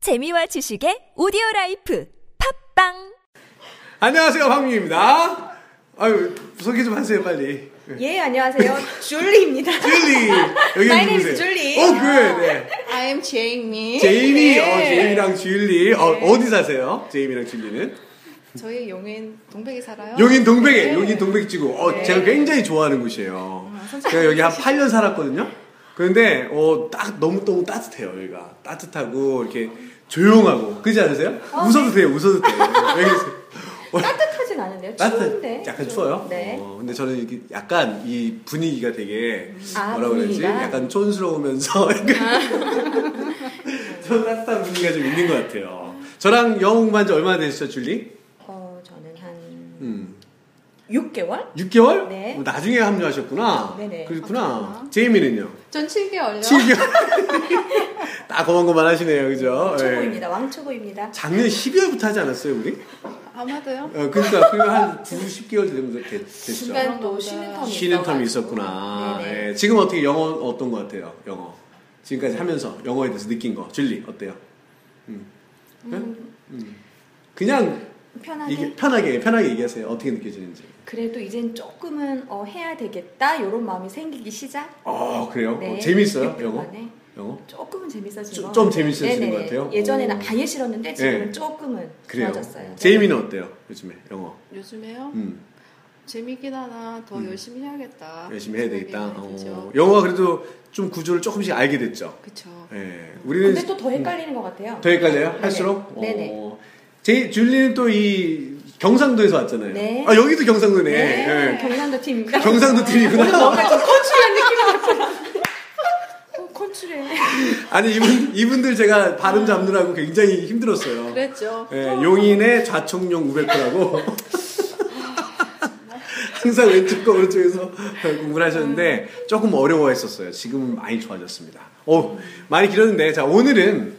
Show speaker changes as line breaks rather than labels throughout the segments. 재미와 지식의 오디오 라이프 팝빵
안녕하세요 황민입니다. 아유 소개 좀 하세요 빨리. 네.
예, 안녕하세요. 줄리입니다.
줄리 여기
My name is
누구세요?
줄리. 아,
어 그래 네.
I am Jamie.
제이미 어
네.
제이미랑 줄리 어 어디 사세요? 제이미랑 줄리는
저희 용인 동백에 살아요.
용인 동백에
네.
용인 동백지구 어 제가 굉장히 좋아하는 곳이에요. 제가 여기 한 8년 살았거든요. 그런데 어딱 너무 너무 따뜻해요 여기가 따뜻하고 이렇게 조용하고 그렇지 않으세요? 웃어도 돼요 웃어도 돼요. 왜 그러세요?
따뜻하진 않은데요. 추운데.
약간
좀.
추워요?
네.
어, 근데 저는 이게 약간 이 분위기가 되게
아,
뭐라 그러지?
분위기가? 아.
약간 촌스러우면서 약간 좀 따뜻한 분위기가 좀 있는 것 같아요. 저랑 영웅 만지 얼마나 되셨죠, 줄리?
어, 저는 한
음.
6개월?
6개월? 어,
네.
나중에 합류하셨구나.
네네. 어?
그렇구나.
아, 그렇구나.
제이미는요?
전 7개월요.
7개월. 다 고만고만 하시네요, 그죠? 예.
초보입니다. 왕초보입니다.
작년 12월부터 하지 않았어요, 우리?
아마도요.
어, 그러니까, 그리고 한 9, 10개월 정도 됐- 됐죠.
중간 또 쉬는 텀이
쉬는 텀이
있어가지고.
있었구나.
네네.
예, 지금 어떻게 영어 어떤 것 같아요? 영어 지금까지 하면서 영어에 대해서 느낀 거 줄리 어때요? 음. 음. 그냥
편하게.
이게 편하게 편하게 얘기하세요. 어떻게 느껴지는지.
그래도 이젠 조금은 어, 해야 되겠다. 이런 마음이 생기기 시작.
아 그래요?
네.
어, 재밌어요
그
영어?
동안에
영어?
조금은 재밌어진
좀-
거.
좀 재밌어지는
네네.
것 같아요?
예전에는
오.
아예 싫었는데 지금은
네.
조금은
그래요.
좋아졌어요.
제이미는 어때요? 요즘에 영어?
요즘에요.
음,
재미긴 하나 더
음.
열심히
아,
해야겠다.
열심히 해야 되겠다. 어,
그렇죠.
영어가 그래도 좀 구조를 조금씩 알게 됐죠.
그쵸.
예, 우리는
근데 또 더 헷갈리는 것 같아요.
더 헷갈려요?
네네.
할수록?
네네.
어, 제 줄리는 또 이 경상도에서 왔잖아요.
네.
아 여기도 경상도네.
네.
예.
경상도 팀입니다.
경상도 팀이구나.
뭔가 좀 컨츄리한 느낌이 났어요. 컨츄리해.
아니 이분 이분들 제가 발음 잡느라고 굉장히 힘들었어요.
그랬죠.
예, 용인의 좌총용 500호라고 항상 왼쪽과 오른쪽에서 공부를 하셨는데 조금 어려워했었어요. 지금은 많이 좋아졌습니다. 오, 많이 길었는데 자 오늘은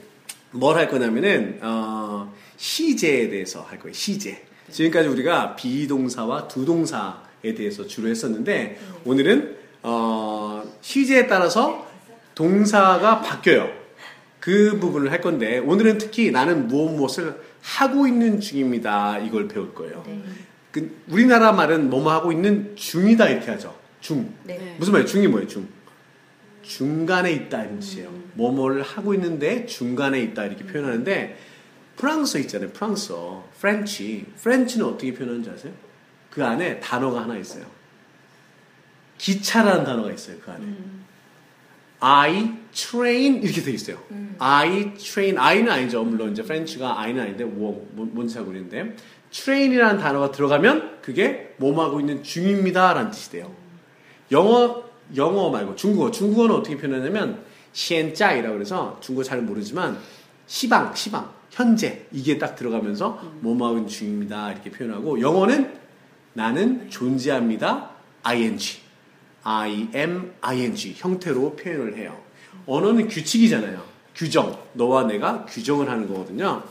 뭘 할 거냐면은 어, 시제에 대해서 할 거예요. 시제. 지금까지 우리가 비동사와 두동사에 대해서 주로 했었는데 오늘은 어, 시제에 따라서 동사가 바뀌어요. 그 부분을 할 건데 오늘은 특히 나는 무엇 무엇을 하고 있는 중입니다. 이걸 배울 거예요. 그 우리나라 말은 뭐뭐 하고 있는 중이다 이렇게 하죠. 중.
네.
무슨 말이에요? 중이 뭐예요? 중. 중간에 있다는 뜻이에요. 뭐뭐를 하고 있는데 중간에 있다 이렇게 표현하는데 프랑스어 있잖아요. 프랑스어. 프렌치. 프렌치는 어떻게 표현하는지 아세요? 그 안에 단어가 하나 있어요. 기차라는 단어가 있어요. 그 안에. I train 이렇게 돼 있어요. I train I는 아니죠. 물론 이제 프렌치가 I는 아닌데 뭐, 뭐- 뭔지 하고 있는데 train이라는 단어가 들어가면 그게 몸하고 있는 중입니다라는 뜻이 돼요. 영어 영어 말고 중국어 중국어는 어떻게 표현하냐면 시엔짜이라고 그래서 중국어 잘 모르지만 시방 시방 현재 이게 딱 들어가면서 몸하고 있는 중입니다 이렇게 표현하고 영어는 나는 존재합니다 ing I am ing 형태로 표현을 해요. 언어는 규칙이잖아요. 규정. 너와 내가 규정을 하는 거거든요.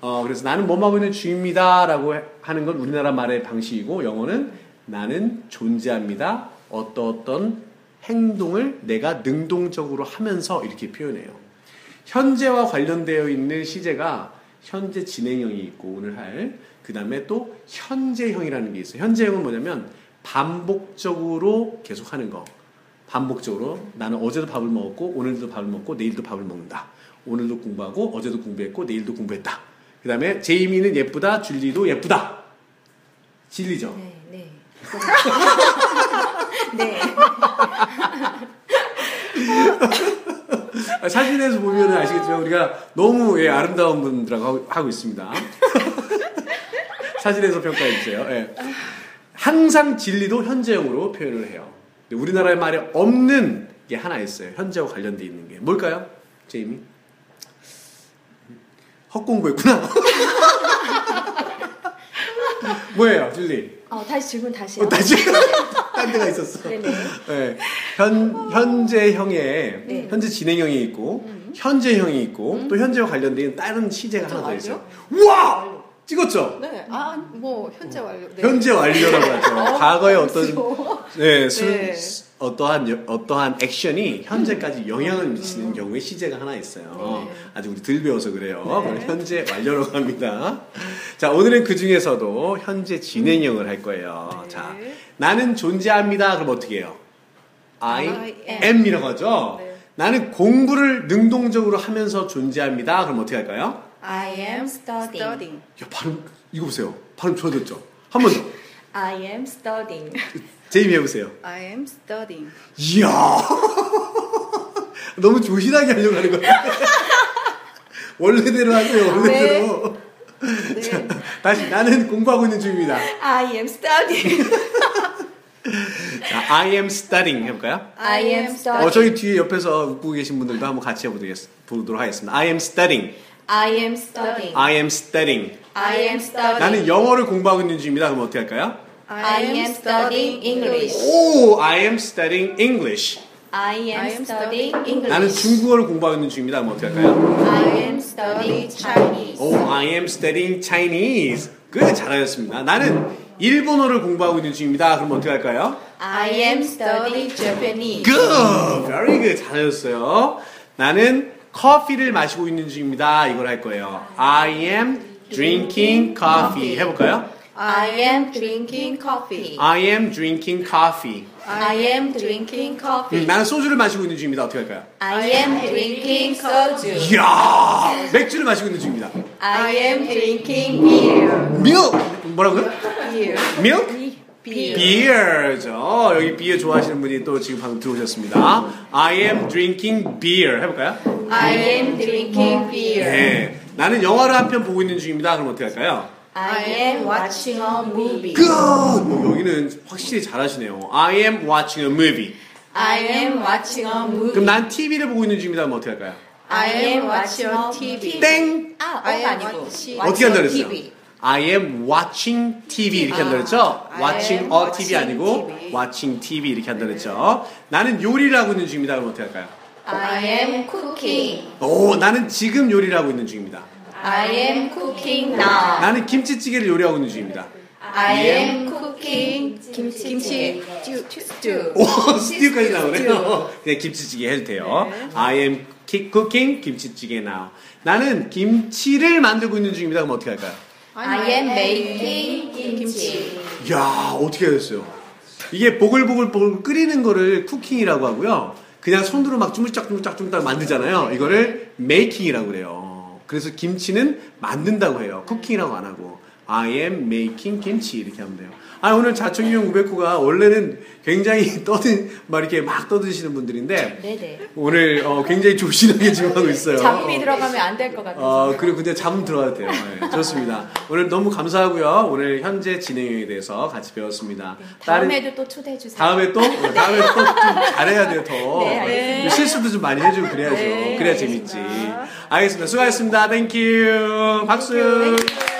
어, 그래서 나는 뭐하고 있는 주입니다. 라고 해- 하는 건 우리나라 말의 방식이고, 영어는 나는 존재합니다. 어떠어떤 행동을 내가 능동적으로 하면서 이렇게 표현해요. 현재와 관련되어 있는 시제가 현재 진행형이 있고 오늘 할 그다음에 또 현재형이라는 게 있어요. 현재형은 뭐냐면 반복적으로 계속 하는 거. 반복적으로 나는 어제도 밥을 먹었고 오늘도 밥을 먹고 내일도 밥을 먹는다. 오늘도 공부하고 어제도 공부했고 내일도 공부했다. 그다음에 제이미는 예쁘다, 줄리도 예쁘다. 진리죠.
네, 네. 네.
아, 사진에서 보면 아시겠지만 우리가 너무 예, 아름다운 분들하고 하고, 하고 있습니다. 사진에서 평가해 주세요. 예. 항상 진리도 현재형으로 표현을 해요. 근데 우리나라의 말에 없는 게 하나 있어요. 현재와 관련돼 있는 게 뭘까요, 제이미? 헛공부했구나. 뭐예요, 진리?
어, 다시 질문 다시요.
어, 다시 딴 데가 있었어.
네네.
예, 현 현재형에
네. 음.
현재 진행형이 있고 현재형이 있고 또 현재와 관련된 다른 시제가 하나 더
완료?
있어요. 우와 찍었죠.
네. 아, 뭐 현재 완료. 네. 어, 그렇죠.
현재 완료라고 하죠. 과거에 어떤 네, 술
네.
어떠한 여- 어떠한 액션이 현재까지 영향을 미치는 경우에 시제가 하나 있어요.
음. 네.
아직 우리 덜 배워서 그래요.
네.
그럼 현재 완료로 갑니다. 자 오늘은 그 중에서도 현재 진행형을 할 거예요.
네.
자 나는 존재합니다. 그럼 어떻게 해요? I,
I am.
am이라고 하죠.
네.
나는 공부를 능동적으로 하면서 존재합니다. 그럼 어떻게 할까요?
I am studying.
야, 발음 이거 보세요. 발음 좋아졌죠? 한 번 더.
I am studying.
제이미 해보세요.
I am studying.
이야. 너무 조신하게 하려고 하는 거야. 원래대로 하세요. 원래대로.
아, 네.
다시 나는 공부하고 있는 중입니다.
I am studying.
자, I am studying 해볼까요?
I am
어,
studying.
저희 뒤에 옆에서 웃고 계신 분들도 한번 같이 해보도록 하겠습니다. I am studying.
I am studying.
I am studying.
I am
네.
studying.
나는 영어를 공부하고 있는 중입니다. 그럼 어떻게 할까요?
I am studying English.
오, I am studying English.
I am studying English.
나는 중국어를 공부하고 있는 중입니다. 그럼 어떻게 할까요?
I am studying Chinese.
Oh, I am studying Chinese. 그 잘하셨습니다. 나는 일본어를 공부하고 있는 중입니다. 그럼 어떻게 할까요?
I am studying Japanese.
Good, very good. 잘하셨어요. 나는 커피를 마시고 있는 중입니다. 이걸 할 거예요. I am drinking coffee. 해볼까요?
I am drinking coffee.
I am drinking coffee.
I am drinking
음,
coffee.
나는 소주를 마시고 있는 중입니다. 어떻게 할까요?
I am drinking soju.
이야, 맥주를 마시고 있는 중입니다.
I am drinking beer.
Milk 뭐라고요?
Beer.
Milk?
Beer.
beer죠. 여기 비어 좋아하시는 분이 또 지금 방금 들어오셨습니다. I am drinking beer 해볼까요?
I am drinking beer.
네. 나는 영화를 한 편 보고 있는 중입니다. 그럼 어떻게 할까요?
I am watching a movie.
Good. 어, 여기는 확실히 잘하시네요. I am watching a movie.
I am watching a movie.
그럼 난 TV를 보고 있는 중입니다. 그럼 어떻게 할까요?
I am watching a TV.
땡.
아,
I am
어가 아니고.
watching-
어떻게 한다
watching
그랬어요?
TV.
I am watching TV 이렇게 한다 그랬죠?
아, I
watching
am
a TV
watching
아니고
TV.
watching TV 이렇게 한다 그랬죠? 나는 요리를 하고 있는 중입니다. 그럼 어떻게 할까요?
I am cooking.
오, 나는 지금 요리를 하고 있는 중입니다.
I am cooking now.
나는 김치찌개를 요리하고 있는 중입니다.
I am cooking 김치.
Stew.
오, 스튜까지 나오네요. 네. 그냥 김치찌개 해도 돼요. I am ki- cooking 김치찌개 now. 나는 김치를 만들고 있는 중입니다. 그럼 어떻게 할까요?
I am making kimchi.
이야, 어떻게 하셨어요? 이게 보글보글보글 끓이는 거를 쿠킹이라고 하고요. 그냥 손으로 막 주물짝주물짝주물짝 만들잖아요. 이거를 메이킹이라고 그래요. 그래서 김치는 만든다고 해요. 쿠킹이라고 안 하고. I am making 김치 이렇게 하면 돼요. 아 오늘 자청용 우베코가 원래는 굉장히 떠든 막 이렇게 막 떠드시는 분들인데
네네.
오늘 어, 굉장히 조신하게 지금 하고 있어요.
잡음이 들어가면 안 될 것 같아요.
어, 그리고 근데 잠은 들어가도 돼요. 네, 좋습니다. 오늘 너무 감사하고요. 오늘 현재 진행에 대해서 같이 배웠습니다.
다음에도 또 초대해 주세요.
다음에 또 어, 다음에 또 좀 잘해야 돼요. 더
네, 알겠습니다.
실수도 좀 많이 해주고 그래야죠.
네,
그래야 재밌지. 알겠습니다. 수고하셨습니다. 땡큐. 박수.
Thank you.